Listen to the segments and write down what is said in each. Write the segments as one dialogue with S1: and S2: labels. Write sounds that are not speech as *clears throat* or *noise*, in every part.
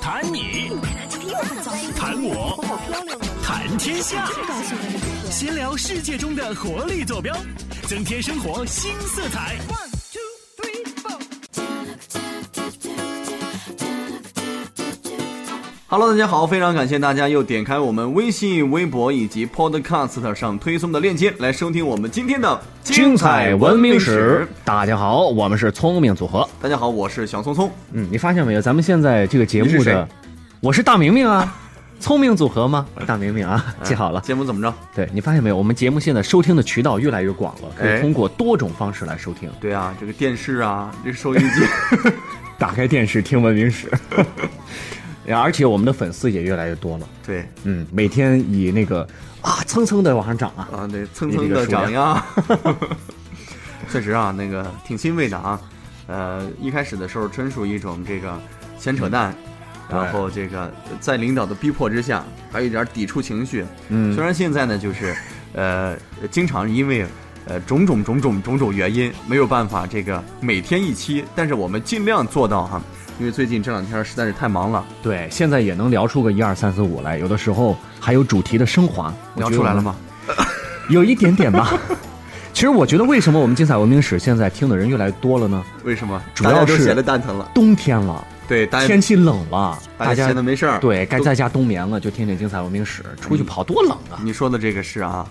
S1: 谈你，谈我，谈天下，闲聊世界中的活力坐标，增添生活新色彩。
S2: Hello，大家好，非常感谢大家又点开我们微信、微博以及 Podcast 上推送的链接来收听我们今天的
S3: 精彩文明史
S2: 史。，
S3: 大家好，我们是聪明组合。
S2: 大家好，我是小聪聪。
S3: 嗯，你发现没有？咱们现在这个节
S2: 你
S3: 目
S2: 是谁
S3: 的，我是大明明 *laughs* 啊，聪明组合吗？大明明啊，记好了。
S2: 节目怎么着？
S3: 对你发现没有？我们节目现在收听的渠道越来越广了，可
S2: 哎
S3: 以通过多种方式来收听。
S2: 对啊，这个电视啊，这个收音
S3: *laughs*
S2: 机，
S3: 打开电视听文明史， *laughs* 而且我们的粉丝也越来越多了。
S2: 对
S3: 嗯，每天以那个啊蹭蹭的往上涨啊。
S2: 啊，对，蹭蹭的涨呀。 *laughs* 确实啊，那个挺欣慰的啊。呃，一开始的时候真属于一种这个闲扯淡，
S3: 嗯
S2: 然后这个在领导的逼迫之下，还有一点抵触情绪。
S3: 嗯
S2: 虽然现在呢，就是呃，经常因为呃种种种种种种原因，没有办法这个每天一期，但是我们尽量做到哈，因为最近这两天实在是太忙了，
S3: 对，现在也能聊出个一二三四五来，有的时候还有主题的升华。我
S2: 聊
S3: 觉得
S2: 出来
S3: 我
S2: 了
S3: 们
S2: 吗？
S3: 有一点点
S2: *laughs*
S3: 吧。其实我觉得，为什么我们精彩文明史现在听的人越来越多了呢？
S2: 为什么？
S3: 主要
S2: 大家都
S3: 是
S2: 闲得蛋疼了，
S3: 冬天了，
S2: 对，大家
S3: 天气冷了，
S2: 哎大
S3: 大
S2: 家
S3: 家
S2: 闲得没事儿，
S3: 对该
S2: 都
S3: 在家冬眠了，就听听精彩文明史，出去跑多冷啊！
S2: *laughs* 你说的这个是啊，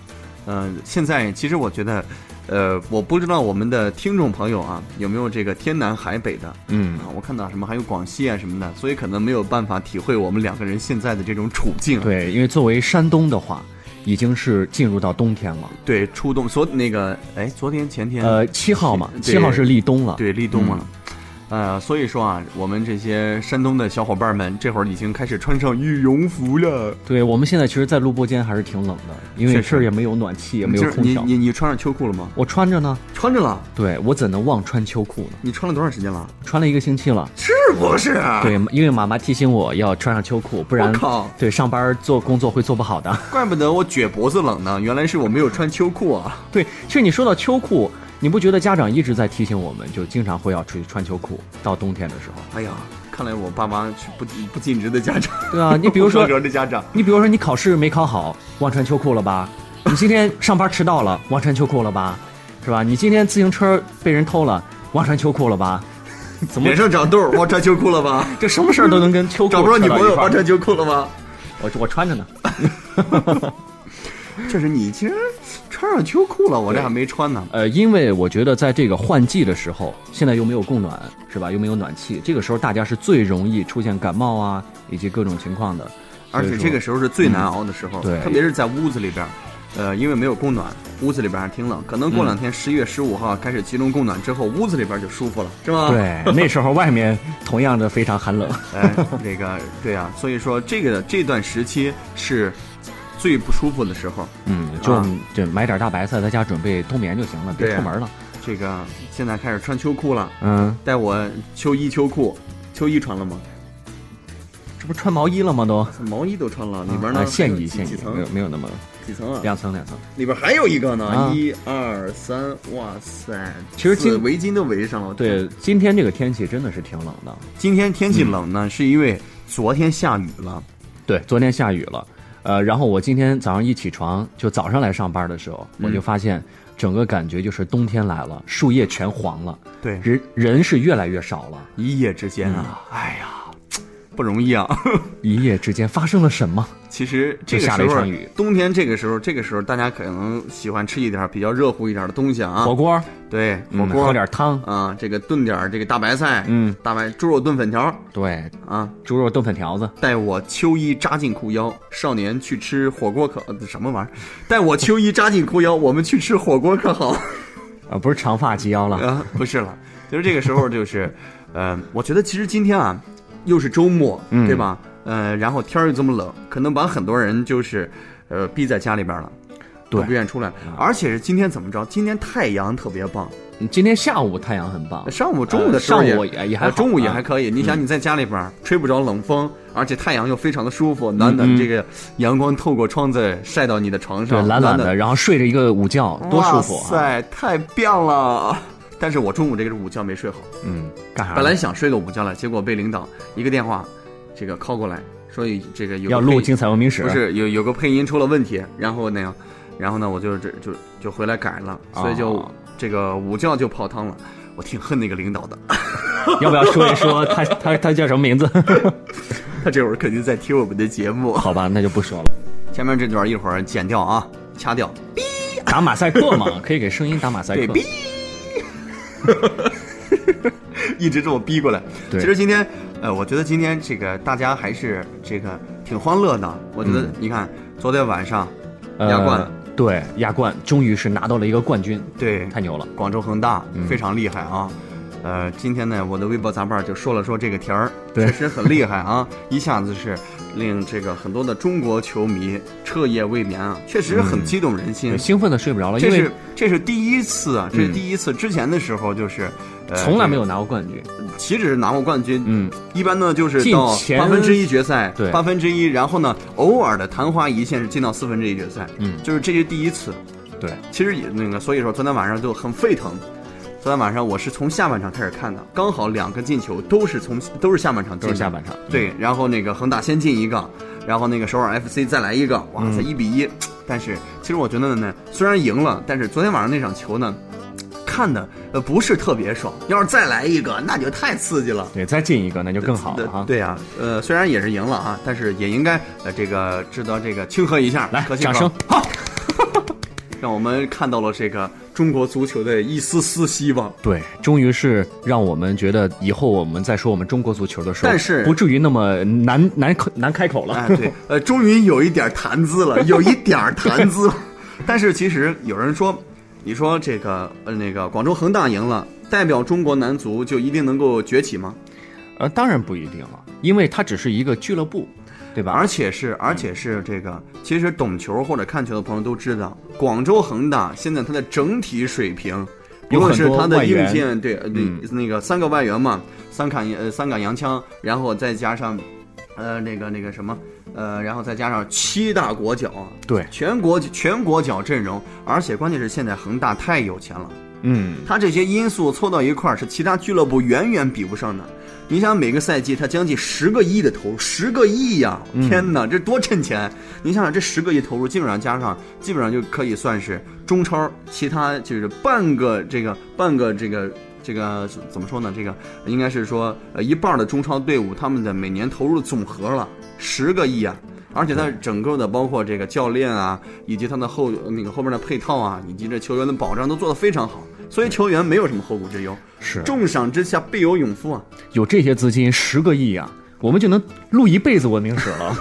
S2: 呃，现在其实我觉得，呃，我不知道我们的听众朋友啊有没有这个天南海北的
S3: 嗯
S2: 啊，我看到什么还有广西啊什么的，所以可能没有办法体会我们两个人现在的这种处境。啊
S3: 对，因为作为山东的话，已经是进入到冬天了。
S2: 对，初冬昨那个哎，昨天前天
S3: 呃，七号嘛，
S2: 对
S3: 七号是立嗯冬了。
S2: 对立冬嘛。呃，所以说啊，我们这些山东的小伙伴们，这会儿已经开始穿上羽绒服了。
S3: 对，我们现在其实，在录播间还是挺冷的，因
S2: 确
S3: 为
S2: 实
S3: 这儿也没有暖气，也没
S2: 就
S3: 有
S2: 是
S3: 空
S2: 你
S3: 调。
S2: 你你穿上秋裤了吗？
S3: 我穿着呢，
S2: 穿着了。
S3: 对我怎能忘穿秋裤呢？
S2: 你穿了多长时间了？
S3: 穿了一个星期了。
S2: 是不是？
S3: 对，因为妈妈提醒我要穿上秋裤，不然
S2: 啊我靠
S3: 对上班做工作会做不好的。 *laughs*
S2: 怪不得我撅脖子冷呢，原来是我没有穿秋裤啊。
S3: 对，其实你说到秋裤，你不觉得家长一直在提醒我们，就经常会要出去穿秋裤，到冬天的时候。
S2: 哎呀，看来我爸妈是不不尽职的家长，
S3: 对啊，你比如
S2: 不
S3: 说
S2: 合，格的家长，
S3: 你比如说你考试没考好，忘穿秋裤了吧？你今天上班迟到了，忘穿秋裤了吧？是吧？你今天自行车被人偷了，忘穿秋裤了吧？怎么
S2: 脸上长痘，忘穿秋裤了吧？
S3: 这什么事儿都能跟秋裤
S2: 找不着女
S3: 扯到
S2: 朋
S3: 一
S2: 友，
S3: 块儿
S2: 忘穿秋裤了吗？
S3: 我我穿着呢。
S2: 确实，你竟然穿上秋裤了，我这还没穿呢。
S3: 呃，因为我觉得在这个换季的时候，现在又没有供暖，是吧？又没有暖气，这个时候大家是最容易出现感冒啊，以及各种情况的。
S2: 而且
S3: 所以说
S2: 这个时候是最难熬的时候，
S3: 嗯对
S2: 特别是在屋子里边儿，呃，因为没有供暖，屋子里边还挺冷。可能过两
S3: 嗯
S2: 天十一月十五号开始集中供暖之后，屋子里边就舒服了，是吗？，
S3: 对，那时候外面同样的非常寒
S2: *laughs*
S3: 冷。
S2: 哎，这个 *laughs* 对啊，所以说这个这段时期是最不舒服的时候。
S3: 嗯，就
S2: 啊
S3: 就买点大白菜，在家准备冬眠就行了，
S2: 对
S3: 别
S2: 啊
S3: 出门了。
S2: 这个现在开始穿秋裤了，
S3: 嗯，
S2: 带我秋衣秋裤，秋衣穿了吗？
S3: 这不穿毛衣了吗？都
S2: 毛衣都穿了，里边呢
S3: 啊现
S2: 还有
S3: 衣
S2: 几
S3: 现
S2: 几
S3: 衣，没有
S2: 层
S3: 没有那么
S2: 几层啊？
S3: 两层两层。
S2: 里边还有一个呢，
S3: 啊
S2: 一二三，哇塞！
S3: 其实
S2: 四
S3: 今
S2: 围巾都围上了，
S3: 对，今天这个天气真的是挺冷的。
S2: 今天天气冷呢，是因为昨天下雨了。
S3: 对，昨天下雨了，呃，然后我今天早上一起床，就早上来上班的时候，
S2: 嗯
S3: 我就发现整个感觉就是冬天来了，树叶全黄了，
S2: 对
S3: 人人是越来越少了，
S2: 一夜之间啊，
S3: 嗯
S2: 哎呀，不容易啊！
S3: 一夜之间发生了什么？
S2: 其实这
S3: 就
S2: 个
S3: 下了
S2: 时
S3: 一
S2: 候
S3: 场雨，
S2: 冬天这个时候，这个时候大家可能喜欢吃一点比较热乎一点的东西啊
S3: 火，锅，
S2: 对，火
S3: 嗯
S2: 锅
S3: 喝点汤，
S2: 啊，这个炖点这个大白菜，
S3: 嗯，
S2: 大白猪肉炖粉条
S3: 对，
S2: 啊，
S3: 猪肉炖粉条子，
S2: 带我秋衣扎进裤腰，少年去吃火锅可呃什么玩意儿？带我秋衣扎进裤腰，我们去吃火锅可好？
S3: 呃，不是长发及腰了，
S2: 啊， *laughs* 不是了，就是这个时候就是，呃，我觉得其实今天啊，又是周末，
S3: 嗯
S2: 对吧？呃，然后天儿又这么冷，可能把很多人就是，呃，逼在家里边了，都
S3: 对嗯
S2: 不愿意出来。而且是今天怎么着？今天太阳特别棒，
S3: 今天下午太阳很棒，
S2: 上午、呃中午的
S3: 呃
S2: 时候也。
S3: 上午也也还
S2: 呃
S3: 好
S2: 中午也
S3: 啊
S2: 还可以，你想你在家里边儿吹不着冷风，而且太阳又非常的舒
S3: 嗯
S2: 服，暖暖这个阳光透过窗子晒到你嗯的床
S3: 对
S2: 上，
S3: 懒懒
S2: 暖暖
S3: 的，然后睡着一个午觉，多舒服
S2: 哇
S3: 啊！
S2: 塞，太棒了！ *laughs* 但是我中午这个午觉没睡好，
S3: 嗯，干啥呢？
S2: 本来想睡个午觉了，结果被领导一个电话，这个 call 过来，所以这个有个
S3: 要录
S2: 配
S3: 《精彩文明史》
S2: 不是 *laughs* 有有个配音出了问题，然后那样，然后呢，我就这就就回来改了，所以就、
S3: 哦
S2: 这个午觉就泡汤了。我挺恨那个领导的， *laughs*
S3: 要不要说一说他他他叫什么名字？ *laughs*
S2: 他这会儿肯定在听我们的节目。
S3: 好吧，那就不说了。
S2: 前面这段一会儿剪掉啊，掐掉。
S3: 打马赛克嘛， *laughs* 可以给声音打马赛
S2: 对，
S3: 克。 *laughs*
S2: 逼，一直这么逼过来。
S3: 对
S2: 其实今天，呃，我觉得今天这个大家还是这个挺欢乐的。我觉得、
S3: 嗯
S2: 你看，昨天晚上亚冠，
S3: 呃，对，亚冠终于是拿到了一个冠军，
S2: 对
S3: 太牛了。
S2: 广州恒大、
S3: 嗯
S2: 非常厉害啊。呃，今天呢，我的微博杂伴就说了说这个题儿，
S3: 对
S2: 确实很厉害啊， *laughs* 一下子是令这个很多的中国球迷彻夜未眠啊，确实很激动人心。啊
S3: 嗯对，兴奋的睡不着了，因
S2: 嗯这
S3: 为嗯
S2: 是这是第一次啊，这是第一次。之前的时候就是，呃
S3: 从来没有拿过冠军。
S2: 岂止拿过冠军，
S3: 嗯，
S2: 一般呢就是
S3: 进
S2: 到
S3: 前
S2: 八分之一决赛，
S3: 对
S2: 八分之一，然后呢偶尔的昙花一现是进到四分之一决赛，
S3: 嗯
S2: 就是这是第一次。
S3: 对，
S2: 其实也那个，所以说昨天晚上就很沸腾。昨天晚上我是从下半场开始看的，刚好两个进球都是从都是下半场进的，
S3: 都是下半场嗯
S2: 对，然后那个恒大先进一个，然后那个首尔 FC 再来一个，哇
S3: 嗯
S2: 塞，一比一。但是其实我觉得呢，虽然赢了，但是昨天晚上那场球呢，看的呃不是特别爽。要是再来一个，那就太刺激了。
S3: 对，再进一个那就更好啊
S2: 对
S3: 了哈。
S2: 对呀、呃，虽然也是赢了啊，但是也应该呃这个值得这个庆贺一下，
S3: 来
S2: 可，惜
S3: 掌
S2: 吧
S3: 声，好。
S2: 让我们看到了这个中国足球的一丝丝希望。
S3: 对，终于是让我们觉得以后我们再说我们中国足球的时候，
S2: 但是
S3: 不至于那么难难口难开口了。
S2: *laughs* 哎，对，呃，终于有一点谈资了，有一点儿谈资。 *laughs* 但是其实有人说，你说这个呃那个广州恒大赢了，代表中国男足就一定能够崛起吗？
S3: *laughs* 呃，当然不一定了，因为它只是一个俱乐部，对吧？嗯
S2: 而且是而且是这个，其实懂球或者看球的朋友都知道，广州恒大现在它的整体水平。无
S3: 有
S2: 论
S3: 很
S2: 是
S3: 多
S2: 它的
S3: 外
S2: 硬
S3: 援嗯
S2: 件，对，呃对那个三个外援嘛，三杆呃三杆洋枪，然后再加上，呃那个那个什么，呃，然后再加上七大国脚啊，
S3: 对，
S2: 全国全国脚阵容，而且关键是现在恒大太有钱了，
S3: 嗯，
S2: 他这些因素凑到一块儿是其他俱乐部远远比不上的。你想每个赛季他将近十个亿的投入，十个亿呀、天哪，这多趁钱！你想想这十个亿投入，基本上加上，基本上就可以算是中超其他就是半个这个半个这个。这个怎么说呢？这个应该是说，呃，一半的中超队伍他们的每年投入总和了十个亿啊，而且它整个的包括这个教练啊，以及他的后那个后面的配套啊，以及这球员的保障都做得非常好，所以球员没有什么后顾之忧。
S3: 是
S2: 重赏之下必有勇夫啊！ *laughs*
S3: 有这些资金，十个亿啊，我们就能录一辈子文明史了。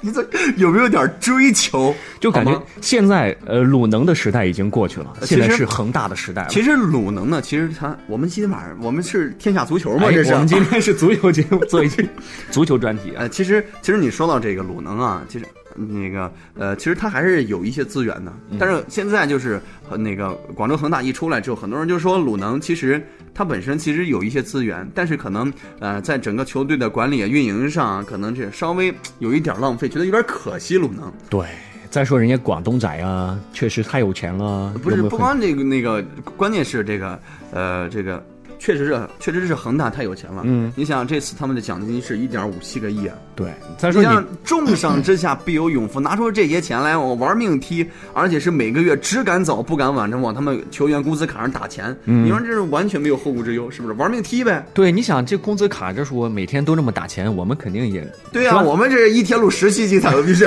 S2: 你这有没有点追求？
S3: 就感
S2: 好
S3: 觉
S2: 吗
S3: 现在呃鲁能的时代已经过去了，
S2: 呃其
S3: 现
S2: 实
S3: 在是恒大的时代了。哎
S2: 其实鲁能呢，其实他我们今天晚上我们是天下足球嘛，
S3: 哎
S2: 这是啊
S3: 我们今天是足球节目，做一
S2: *laughs*
S3: 期足球专题啊。
S2: 呃，其实其实你说到这个鲁能啊，其实那个呃，其实他还是有一些资源的，但是现在就是呃那个广州恒大一出来之后，很多人就说鲁能其实他本身其实有一些资源，但是可能呃在整个球队的管理啊、运营上啊，可能是稍微有一点浪费，觉得有点可惜鲁能。
S3: 对，再说人家广东仔啊，确实太有钱了。
S2: 不
S3: 有
S2: 是
S3: 没有
S2: 不
S3: 很
S2: 光这个那个，关键是这个呃这个。确实是，确实是恒大太有钱了。嗯，你想这次他们的奖金是一点五七个亿啊，
S3: 对，再
S2: 你
S3: 说
S2: 像
S3: 你
S2: 重赏之下必有勇夫，拿出这些钱来，我玩命踢，而且是每个月只敢早不敢晚着往他们球员工资卡上打钱。
S3: 嗯
S2: 你说这是完全没有后顾之忧，是不是？玩命踢呗。
S3: 对，你想这工资卡这是我每天都这么打钱，我们肯定也
S2: 对啊呀、
S3: 是吧
S2: 我们这一天录十期精彩的 *laughs* 必须。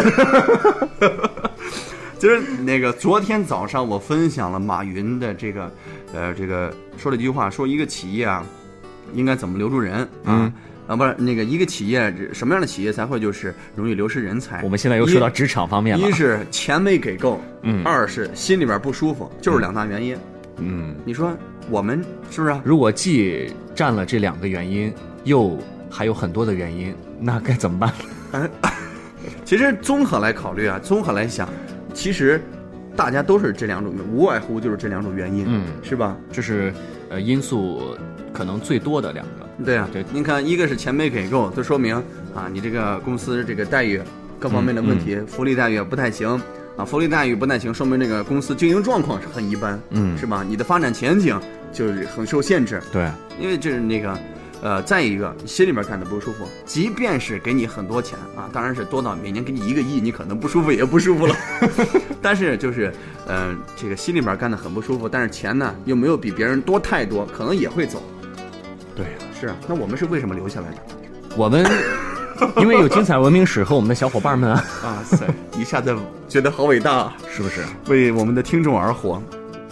S2: 其实那个昨天早上我分享了马云的这个，呃，这个说了一句话，说一个企业啊，应该怎么留住人啊。
S3: 嗯
S2: 啊，不是那个一个企业，这什么样的企业才会就是容易流失人才？
S3: 我们现在又
S2: 一
S3: 说到职场方面了
S2: 哎一。是钱没给够，
S3: 嗯
S2: 二是心里边不舒服，就是两大原因。
S3: 嗯，
S2: 你说我们是不是啊？
S3: 如果既占了这两个原因，又还有很多的原因，那该怎么办？
S2: 其实综合来考虑啊，综合来想，其实大家都是这两种，无外乎就是这两种原因，
S3: 嗯
S2: 是吧？
S3: 这是呃因素可能最多的两个。
S2: 对啊，
S3: 对
S2: 您看，一个是钱没给够，就说明啊，你这个公司这个待遇各方面的问
S3: 嗯
S2: 题，福利待遇不太行。啊，福利待遇不太行，说明这个公司经营状况是很一般，
S3: 嗯
S2: 是吧？你的发展前景就是很受限制。
S3: 对，
S2: 因为这是那个，呃，再一个，心里面感到不舒服，即便是给你很多钱啊，当然是多到每年给你一个亿，你可能不舒服也不舒服 *laughs* 了。但是就是，嗯、这个心里面干得很不舒服，但是钱呢又没有比别人多太多，可能也会走。
S3: 对，
S2: 是啊，那我们是为什么留下来的？
S3: 我们因为有精彩文明史和我们的小伙伴们
S2: *laughs*
S3: 啊，
S2: 啊塞，一下子觉得好伟大啊，
S3: 是不是？
S2: 为我们的听众而活。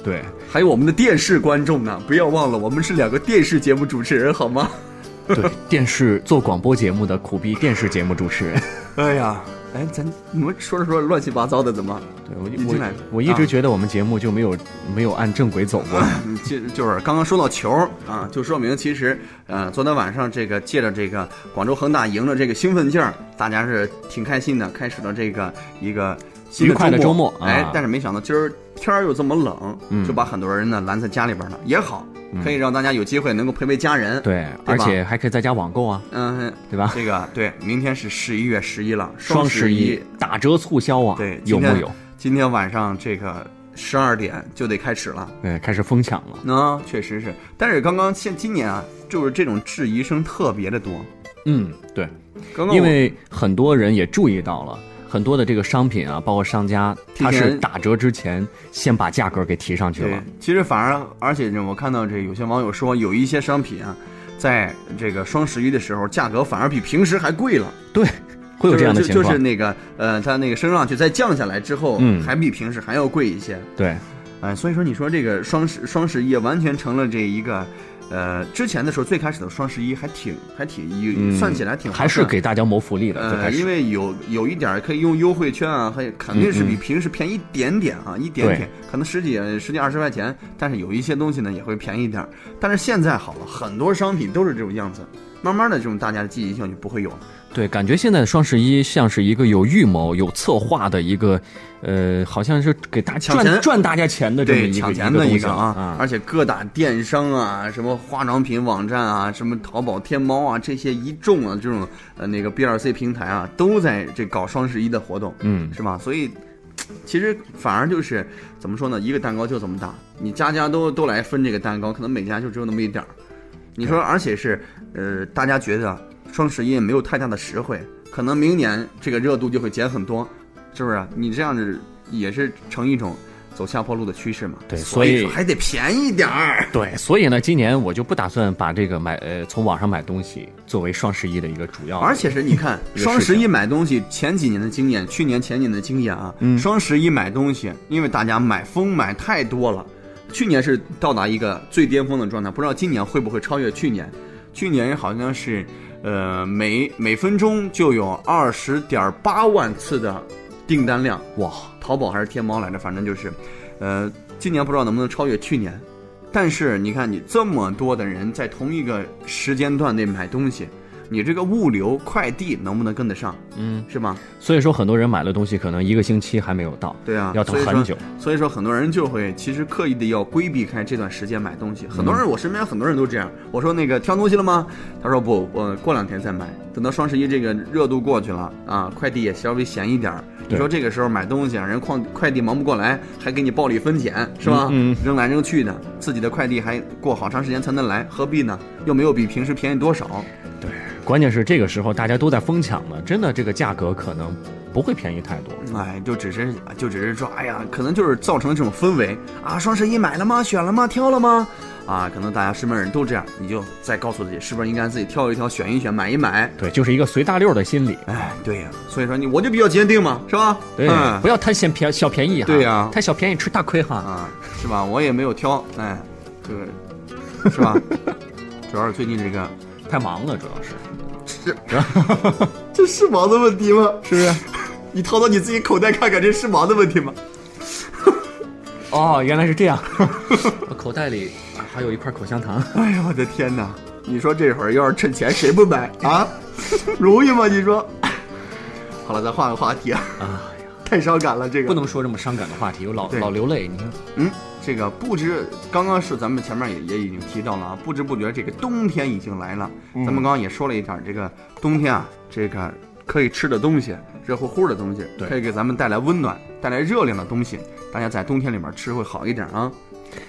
S3: 对，
S2: 还有我们的电视观众呢，不要忘了，我们是两个电视节目主持人，好吗？
S3: 对，电视做广播节目的苦逼电视节目主
S2: *laughs*
S3: 持人。
S2: 哎呀，哎，咱你们说着说着乱七八糟的，怎么？
S3: 对我
S2: 一进来
S3: 我我一
S2: 啊
S3: 直觉得我们节目就没有没有按正轨走
S2: *laughs*
S3: 过。
S2: 嗯，就就是刚刚说到球儿啊，就说明其实，呃，昨天晚上这个借着这个广州恒大赢了这个兴奋劲儿，大家是挺开心的，开始了这个一个新
S3: 愉快的周末
S2: 哎
S3: 啊，
S2: 但是没想到今儿天儿又这么冷，
S3: 嗯
S2: 就把很多人呢拦在家里边了，也好，可以让大家有机会能够陪陪家人。，
S3: 对，
S2: 对
S3: 而
S2: 吧
S3: 且还可以在家网购啊，
S2: 嗯，
S3: 对吧？
S2: 这个对，明天是十一月十一了，
S3: 双
S2: 十
S3: 十一打折促销啊，
S2: 对，
S3: 有木
S2: 今天
S3: 有？？
S2: 今天晚上这个十二点就得开始了。
S3: 对，开始疯抢了。
S2: 啊，确实是，但是刚刚现今年啊，就是这种质疑声特别的多。
S3: 嗯，对，
S2: 刚刚
S3: 因
S2: 我
S3: 为很多人也注意到了，很多的这个商品啊，包括商家，
S2: 提
S3: 它
S2: 前
S3: 是打折之前先把价格给提上去
S2: 对
S3: 了。，
S2: 其实反而而且呢，我看到这有些网友说，有一些商品啊，在这个双十一的时候，价格反而比平时还贵了，
S3: 对，会有这样的
S2: 就
S3: 情
S2: 是就
S3: 况。
S2: 就是那个呃，它那个升上去再降下来之后，
S3: 嗯
S2: 还比平时还要贵一些。
S3: 对，
S2: 哎，所以说你说这个双十双十一完全成了这一个。呃，之前的时候最开始的双十一还挺还挺，有
S3: 嗯
S2: 算起来挺划
S3: 还是
S2: 算
S3: 给大家谋福利的。最开
S2: 呃，
S3: 始
S2: 因为有有一点儿可以用优惠券啊，还有肯定
S3: 嗯
S2: 是比平时便宜一点点啊，一点点，可能十几十几二十块钱，但是有一些东西呢也会便宜一点儿。但是现在好了，很多商品都是这种样子，慢慢的这种大家的记忆性就不会有了。
S3: 对，感觉现在的双十一像是一个有预谋、有策划的一个，呃，好像是给大家
S2: 抢钱
S3: 赚赚大家钱的这么
S2: 对，
S3: 一个
S2: 抢钱的
S3: 一
S2: 一
S3: 个东西
S2: 啊，而且各大电商啊，什么化妆品网站啊，什么淘宝、天猫啊，这些一众啊这种呃那个 B 2 C 平台啊，都在这搞双十一的活动。
S3: 嗯，
S2: 是吧？所以其实反而就是怎么说呢？一个蛋糕就这么大，你家家都都来分这个蛋糕，可能每家就只有那么一点儿。你说，而且是呃，大家觉得双十一也没有太大的实惠，可能明年这个热度就会减很多，是不是？你这样子也是成一种走下坡路的趋势嘛？
S3: 对
S2: 所
S3: 所以
S2: 说还得便宜点儿。
S3: 对，所以呢，今年我就不打算把这个买呃从网上买东西作为双十一的一个主要的，
S2: 而且是你看
S3: 一个事情
S2: 双十一买东西，前几年的经验，去年前年的经验啊，
S3: 嗯
S2: 双十一买东西，因为大家买疯买太多了，去年是到达一个最巅峰的状态，不知道今年会不会超越去年。去年好像是，呃，每每分钟就有二十点八万次的订单量，
S3: 哇，
S2: 淘宝还是天猫来着，反正就是，呃，今年不知道能不能超越去年。但是你看，你这么多的人在同一个时间段内买东西，你这个物流快递能不能跟得上？
S3: 嗯，
S2: 是吗？
S3: 所以说很多人买了东西可能一个星期还没有到，
S2: 对啊，
S3: 要等
S2: 所以说
S3: 很久。
S2: 所以说，很多人就会其实刻意的要规避开这段时间买东西。
S3: 嗯
S2: 很多人，我身边很多人都这样。我说那个挑东西了吗？他说不，我过两天再买。等到双十一这个热度过去了啊，快递也稍微闲一点儿。你
S3: 对
S2: 说这个时候买东西啊，人快快递忙不过来，还给你暴力分拣，是吧？
S3: 嗯嗯
S2: 扔来扔去的，自己的快递还过好长时间才能来，何必呢？又没有比平时便宜多少。
S3: 关键是这个时候大家都在疯抢呢，真的这个价格可能不会便宜太多。
S2: 哎，就只是就只是说，哎呀，可能就是造成这种氛围啊。双十一买了吗？选了吗？挑了吗？啊，可能大家身边人都这样，你就再告诉自己，是不是应该自己挑一挑，选一选，买一买？
S3: 对，就是一个随大溜的心理。
S2: 哎，对呀、所以说你我就比较坚定嘛，是吧？
S3: 对，
S2: 嗯
S3: 不要贪小便小便宜哈。
S2: 对呀
S3: 贪小便宜吃大亏哈。
S2: 啊，是吧？我也没有挑，哎，这个是吧？ *laughs* 主要是最近这个，
S3: 太忙了，主要是。
S2: 这是忙的问题吗？
S3: 是不是？
S2: 你掏到你自己口袋看看，这是忙的问题吗？
S3: 哦，原来是这样。
S2: *laughs*
S3: 我口袋里啊还有一块口香糖。
S2: 哎呀，我的天哪！你说这会儿要是趁钱，谁不买啊？ *laughs* 容易吗？你说？好了，咱换个话题啊，
S3: 啊，
S2: *laughs* 太伤感了。这个
S3: 不，能说这么伤感的话题，我老
S2: 对
S3: 老流泪。你看，
S2: 嗯，这个不知刚刚是咱们前面也也已经提到了啊，不知不觉这个冬天已经来了。
S3: 嗯
S2: 咱们刚刚也说了一点儿，这个冬天啊，这个可以吃的东西，热乎乎的东西，
S3: 对
S2: 可以给咱们带来温暖、带来热量的东西，大家在冬天里面吃会好一点啊。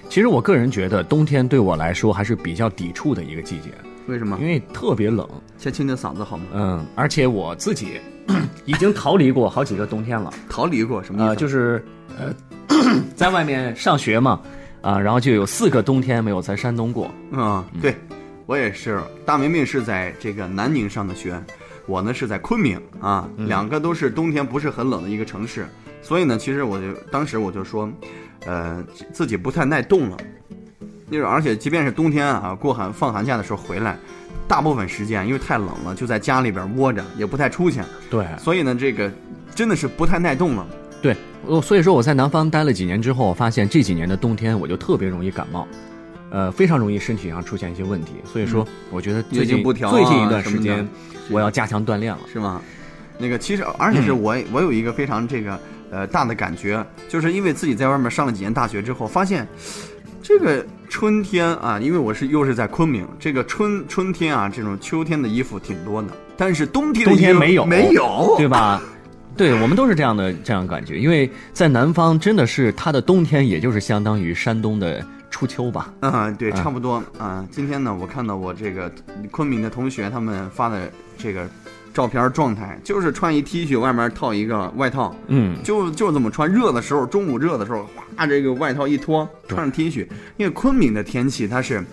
S3: 其实我个人觉得，冬天对我来说还是比较抵触的一个季节。
S2: 为什么
S3: 因？为特别冷，
S2: 先清清嗓子好吗？
S3: 嗯，而且我自己 *clears throat* 已经逃离过好几个冬天了，
S2: 逃离过什么意
S3: 呃，
S2: 思？
S3: 就是呃， *clears throat* 在外面上学嘛，啊、然后就有四个冬天没有在山东过，
S2: 嗯，对，我也是。大明明是在这个南宁上的学，我呢是在昆明啊，两个都是冬天不是很冷的一个城市，所以呢，其实我就当时我就说，呃，自己不太耐冻了，就是而且即便是冬天啊，过寒放寒假的时候回来，大部分时间因为太冷了，就在家里边窝着，也不太出去，
S3: 对
S2: 所以呢，这个真的是不太耐冻了。
S3: 对，我所以说我在南方待了几年之后，我发现这几年的冬天我就特别容易感冒，呃，非常容易身体上出现一些问题，所以说我觉得最
S2: 嗯月
S3: 近
S2: 经不调啊
S3: 最近一段时
S2: 什
S3: 间
S2: 么
S3: 我要加强锻炼了，
S2: 是吗？那个其实，而且是
S3: 嗯
S2: 我、我有一个非常这个呃大的感觉，就是因为自己在外面上了几年大学之后，发现这个春天啊，因为我是又是在昆明，这个春春天啊，这种秋天的衣服挺多的，但是冬天的
S3: 冬天
S2: 衣服
S3: 没有
S2: 没有，
S3: 对吧？对我们都是这样的这样的感觉，因为在南方真的是它的冬天，也就是相当于山东的初秋吧。
S2: 嗯，对，
S3: 嗯
S2: 差不多啊、今天呢，我看到我这个昆明的同学他们发的这个照片状态，就是穿一 T 恤，外面套一个外套，
S3: 嗯，
S2: 就就这么穿，热的时候，中午热的时候，哗，这个外套一脱，
S3: 对
S2: 穿上 T 恤，因为昆明的天气它是，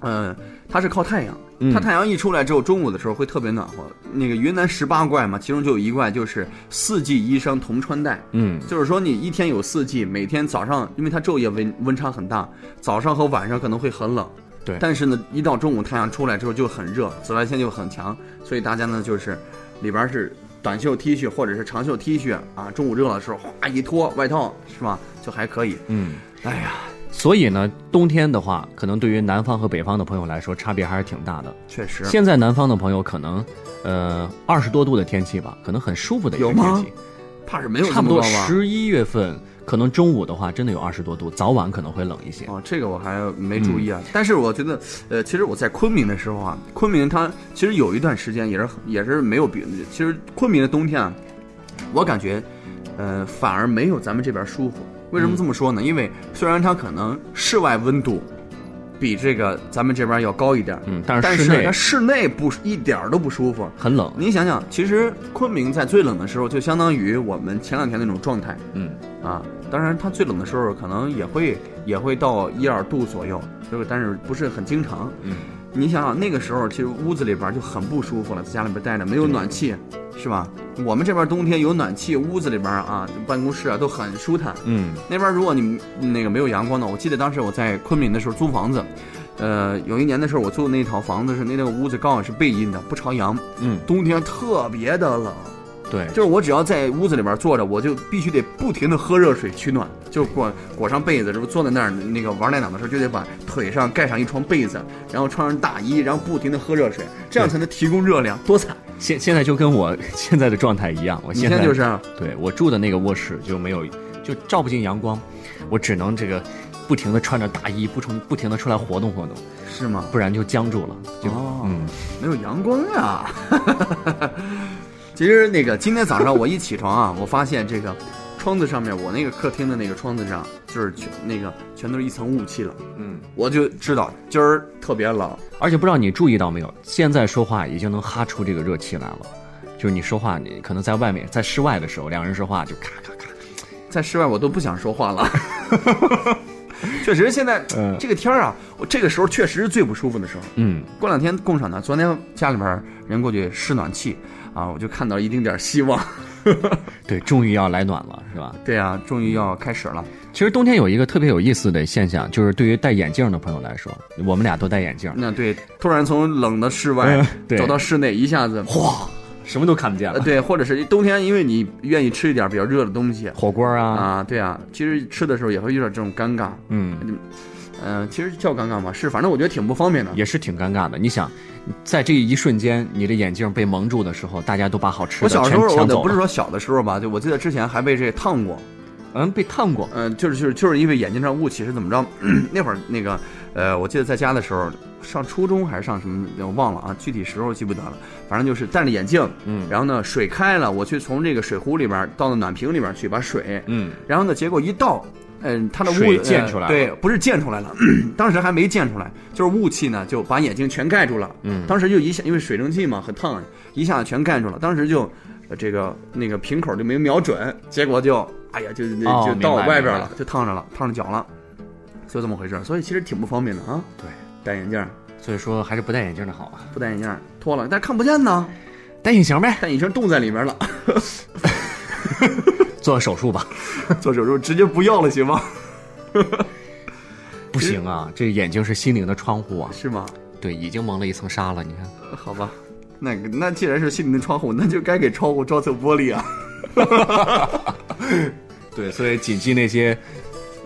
S2: 呃，它是靠太阳，
S3: 嗯
S2: 它太阳一出来之后，中午的时候会特别暖和。那个云南十八怪嘛，其中就有一怪就是四季衣裳同穿戴，
S3: 嗯，
S2: 就是说你一天有四季，每天早上因为它昼夜温温差很大，早上和晚上可能会很冷。
S3: 对
S2: 但是呢，一到中午太阳出来之后就很热，紫外线就很强，所以大家呢就是里边是短袖 T 恤或者是长袖 T 恤啊，中午热的时候哗一脱外套是吧，就还可以。
S3: 嗯，
S2: 哎呀，
S3: 所以呢，冬天的话，可能对于南方和北方的朋友来说，差别还是挺大的。
S2: 确实
S3: 现在南方的朋友可能，呃，二十多度的天气吧，可能很舒服的一个
S2: 有吗
S3: 天气，
S2: 怕是没有这
S3: 差不
S2: 么
S3: 多
S2: 高吧？
S3: 十一月份，可能中午的话真的有二十多度，早晚可能会冷一些。
S2: 哦，这个我还没注意啊。
S3: 嗯
S2: 但是我觉得，呃，其实我在昆明的时候啊，昆明它其实有一段时间也是很也是没有比，其实昆明的冬天啊，我感觉，呃，反而没有咱们这边舒服。为什么这么
S3: 嗯
S2: 说呢？因为虽然它可能室外温度比这个咱们这边要高一点，
S3: 嗯但
S2: 但
S3: 是室内
S2: 它室内不一点儿都不舒服。
S3: 很冷，
S2: 你想想，其实昆明在最冷的时候，就相当于我们前两天那种状态，
S3: 嗯，
S2: 啊，当然它最冷的时候可能也会也会到一二度左右，就是但是不是很经常。
S3: 嗯，
S2: 你想想那个时候其实屋子里边就很不舒服了，在家里边待着没有暖气，是吧？我们这边冬天有暖气，屋子里边啊办公室啊都很舒坦。
S3: 嗯
S2: 那边如果你那个没有阳光的，我记得当时我在昆明的时候租房子，呃，有一年的时候我租的那套房子是那那个屋子刚好是背阴的，不朝阳，
S3: 嗯，
S2: 冬天特别的冷。
S3: 对，
S2: 就是我只要在屋子里边坐着，我就必须得不停的喝热水取暖，就裹裹上被子，这不坐在那儿那个玩电脑的时候，就得把腿上盖上一床被子，然后穿上大衣，然后不停的喝热水，这样才能提供热量，多惨！
S3: 现现在就跟我现在的状态一样，我
S2: 你
S3: 现
S2: 现
S3: 在
S2: 在就是啊，
S3: 对我住的那个卧室就没有，就照不进阳光，我只能这个不停的穿着大衣，不停不停的出来活动活动，
S2: 是吗？
S3: 不然就僵住了。就、
S2: 哦
S3: 嗯，
S2: 没有阳光啊呀、 *laughs* 其实那个今天早上我一起床啊，我发现这个窗子上面，我那个客厅的那个窗子上，就是全那个全都是一层雾气了。
S3: 嗯，
S2: 我就知道今儿特别冷。
S3: 而且不知道你注意到没有，现在说话已经能哈出这个热气来了。就是你说话，你可能在外面，在室外的时候，两人说话就咔咔咔。
S2: 在室外我都不想说话了。 *laughs* 确实，现在、
S3: 嗯
S2: 这个天儿啊，我这个时候确实是最不舒服的时候。
S3: 嗯，
S2: 过两天供暖呢，昨天家里边儿人过去试暖气啊，我就看到一丁点儿希望。
S3: 对，终于要来暖了，是吧？
S2: 对啊，终于要开始了。
S3: 其实冬天有一个特别有意思的现象，就是对于戴眼镜的朋友来说，我们俩都戴眼镜，
S2: 那对，突然从冷的室外
S3: 嗯对
S2: 走到室内，一下子
S3: 哇，什么都看不见
S2: 呃
S3: 了。
S2: 对，或者是冬天，因为你愿意吃一点儿比较热的东西
S3: 火锅啊，
S2: 啊，对啊，其实吃的时候也会有点这种尴尬。
S3: 嗯，
S2: 嗯、其实叫尴尬吗？是，反正我觉得挺不方便的。
S3: 也是挺尴尬的。你想，在这一瞬间，你的眼镜被蒙住的时候，大家都把好吃
S2: 我
S3: 的
S2: 小
S3: 全
S2: 时候，我
S3: 抢
S2: 得
S3: 走
S2: 不是
S3: 了。
S2: 说小的时候吧，就我记得之前还被这烫过，
S3: 嗯，被烫过。
S2: 嗯、就是就是就是因为眼睛上雾气是怎么着？ *clears throat* 那会儿那个，呃，我记得在家的时候，上初中还是上什么，我忘了啊，具体时候记不得了。反正就是戴着眼镜，
S3: 嗯
S2: 然后呢，水开了，我去从这个水壶里边倒到暖瓶里边去把水，
S3: 嗯，
S2: 然后呢，结果一倒，嗯，它的雾
S3: 水溅出来了
S2: 呃对，不是溅出来了，当时还没溅出来，就是雾气呢就把眼睛全盖住了。嗯，当时就一下，因为水蒸气嘛，很烫，一下全盖住了。当时就呃这个那个瓶口就没瞄准，结果就哎呀，就就
S3: 哦
S2: 就
S3: 明白
S2: 到外边
S3: 明
S2: 了，就烫着了，烫着脚了，就这么回事儿。所以其实挺不方便的啊，
S3: 对，
S2: 戴眼镜儿
S3: 所以说还是不戴眼镜的好啊，
S2: 不戴眼镜儿脱了，但看不见呢，
S3: 戴隐形呗，
S2: 但已经冻在里边了， *laughs*
S4: 做手术吧。
S2: 做手术直接不要了行吗？
S3: 不行啊，这眼睛是心灵的窗户啊，
S2: 是吗？
S3: 对，已经蒙了一层纱了，你看，
S2: 好吧，那个那既然是心灵的窗户，那就该给窗户装层玻璃啊。
S3: 对，所以谨记那些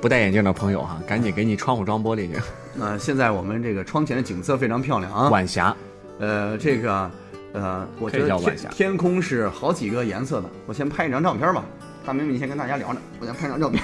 S3: 不戴眼镜的朋友哈、赶紧给你窗户装玻璃 *laughs* 去，
S2: 呃，现在我们这个窗前的景色非常漂亮啊。
S3: 晚霞，
S2: 呃，这个呃，我觉
S3: 这
S2: 得
S3: 叫晚
S2: 天
S3: 霞
S2: 天空是好几个颜色的。我先拍一张照片吧。大明，你先跟大家聊呢，我先拍张照片。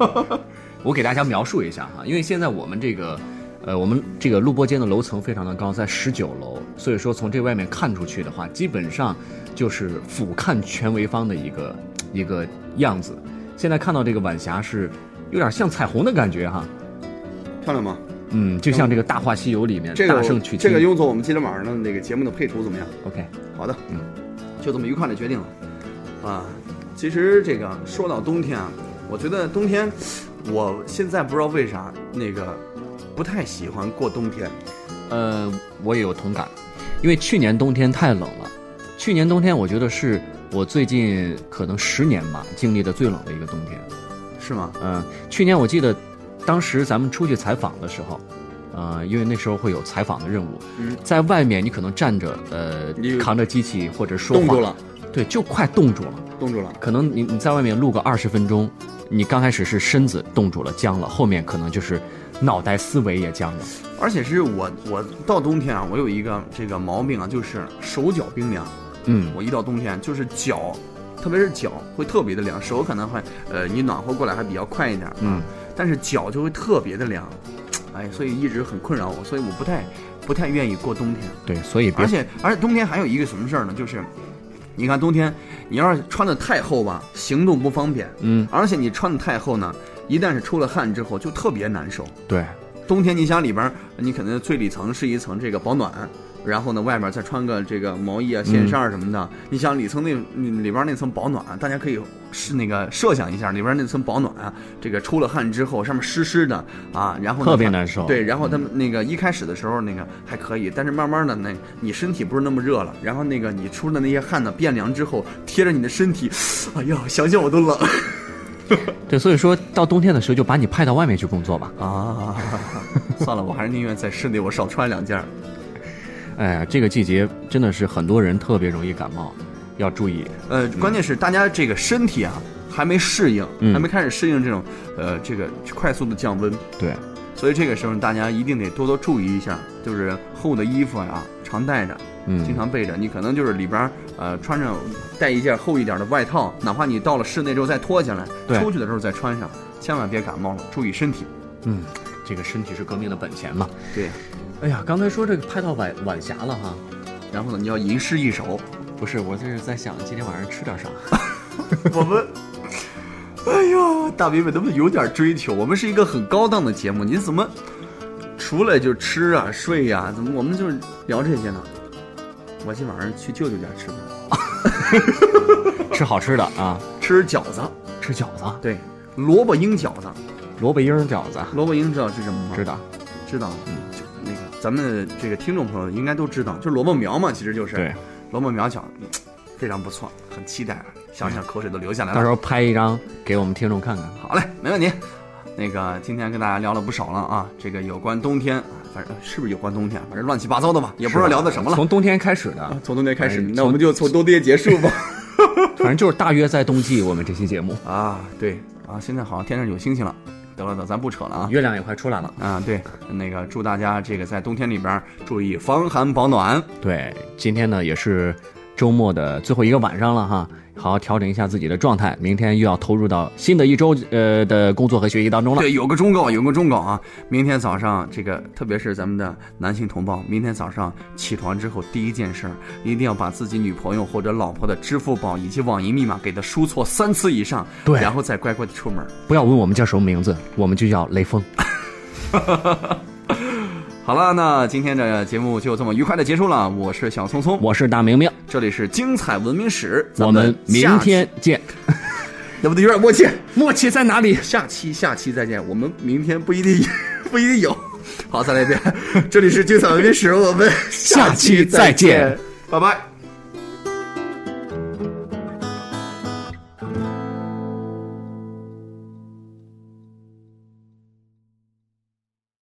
S2: *laughs*
S3: 我给大家描述一下哈，因为现在我们这个，呃，我们这个录播间的楼层非常的高，在十九楼，所以说从这外面看出去的话，基本上就是俯瞰全潍坊的一个一个样子。现在看到这个晚霞是有点像彩虹的感觉哈，
S2: 漂亮吗？
S3: 嗯，就像这个《大话西游》里面
S2: 这个
S3: 大圣取经，
S2: 这个用作我们今天晚上的那个节目的配图怎么样？
S3: OK，
S2: 好的，
S3: 嗯，
S2: 就这么愉快的决定了。啊，其实这个说到冬天啊，我觉得冬天，我现在不知道为啥那个不太喜欢过冬天。
S3: 呃，我也有同感，因为去年冬天太冷了，去年冬天我觉得是我最近可能十年吧经历的最冷的一个冬天。
S2: 是吗？
S3: 嗯，去年我记得，当时咱们出去采访的时候，呃，因为那时候会有采访的任务，
S2: 嗯
S3: 在外面你可能站着，呃
S2: 你，
S3: 扛着机器或者说话
S2: 冻住了，
S3: 对，就快冻住了。
S2: 冻住了。
S3: 可能你你在外面录个二十分钟，你刚开始是身子冻住了、僵了，后面可能就是脑袋思维也僵了。
S2: 而且是我我到冬天啊，我有一个这个毛病啊，就是手脚冰凉。
S3: 嗯，
S2: 我一到冬天就是脚，特别是脚会特别的凉，手可能会呃你暖和过来还比较快一点，
S3: 嗯，
S2: 但是脚就会特别的凉，哎，所以一直很困扰我，所以我不太不太愿意过冬天。
S3: 对，所以别
S2: 而且而且冬天还有一个什么事儿呢？就是，你看冬天，你要是穿的太厚吧，行动不方便，
S3: 嗯，
S2: 而且你穿的太厚呢，一旦是出了汗之后就特别难受。
S3: 对，
S2: 冬天你想里边儿，你可能最里层是一层这个保暖，然后呢外面再穿个这个毛衣啊、线衫儿什么的。你想里层那嗯里边儿那层保暖，大家可以是那个设想一下，里边儿那层保暖啊，这个出了汗之后上面湿湿的啊，然后呢
S3: 特别难受
S2: 对，然后他们那个一开始的时候那个还可以，但是慢慢的那你身体不是那么热了，然后那个你出的那些汗呢变凉之后贴着你的身体，哎呀，想想我都冷
S3: 对，所以说到冬天的时候就把你派到外面去工作吧。
S2: 啊。 *laughs* 算了，我还是宁愿在室内我少穿两件儿。
S3: 哎呀，这个季节真的是很多人特别容易感冒，要注意。
S2: 呃，关键是大家这个身体啊还没适应，
S3: 嗯
S2: 还没开始适应这种呃这个快速的降温，
S3: 对，
S2: 所以这个时候大家一定得多多注意一下，就是厚的衣服呀、常带着，
S3: 嗯
S2: 经常备着。你可能就是里边儿呃穿着带一件厚一点的外套，哪怕你到了室内之后再脱下来，
S3: 对
S2: 出去的时候再穿上，千万别感冒了，注意身体。
S3: 嗯，这个身体是革命的本钱嘛。
S2: 对，
S3: 哎呀，刚才说这个拍到晚晚霞了哈，
S2: 然后呢，你要吟诗一首。
S3: 不是，我这是在想今天晚上吃点啥。 *laughs*
S2: *laughs* 我们，哎呦，大明们能不能有点追求？我们是一个很高档的节目，你怎么除了就吃啊、睡呀、怎么我们就是聊这些呢？我今晚上去舅舅家吃饭，
S3: 吃好吃的啊，
S2: 吃饺子，
S3: 吃饺子，
S2: 对，萝卜缨饺子。
S3: 萝卜缨饺子，
S2: 萝卜缨知道是什么吗？
S3: 知，道？
S2: 知道。嗯，就那个咱们这个听众朋友应该都知道，就是萝卜苗嘛，其实就是啊
S3: 对，
S2: 萝卜苗饺，嗯非常不错，很期待啊！想想口水都流下来了。
S3: 到时候拍一张给我们听众看看。
S2: 好嘞，没问题。那个今天跟大家聊了不少了啊，这个有关冬天，反正是不是有关冬天，反正乱七八糟的吧，也不知道聊的什么了。
S3: 从冬天开始的，
S2: 啊从冬天开始，
S3: 哎
S2: 那我们就从冬天结束吧。
S3: 反正就是大约在冬季，我们这期节目，
S2: *laughs* 啊，对啊，现在好像天上有星星了。啊得了得了，咱不扯了啊。
S3: 月亮也快出来了。
S2: 啊，对，那个祝大家这个在冬天里边注意防寒保暖。
S3: 对，今天呢也是周末的最后一个晚上了哈，好好调整一下自己的状态，明天又要投入到新的一周呃的工作和学习当中了。
S2: 对，有个忠告，有个忠告啊！明天早上这个，特别是咱们的男性同胞，明天早上起床之后，第一件事儿一定要把自己女朋友或者老婆的支付宝以及网银密码给她输错三次以上，
S3: 对
S2: 然后再乖乖的出门。
S3: 不要问我们叫什么名字，我们就叫雷锋。
S2: 好了，那今天的节目就这么愉快的结束了。我是小聪聪，
S3: 我是大明明，
S2: 这里是精彩文明史，咱
S3: 我们
S2: 下
S3: 明
S2: 期
S3: 天见。
S2: 对不对？有点默契。
S3: 默契在哪里？
S2: 下期下期再见，我们明天不一定 *laughs* 不一定有。好，再来一遍，这里是精彩文明史，我们
S3: 下期再见
S2: 见，拜拜。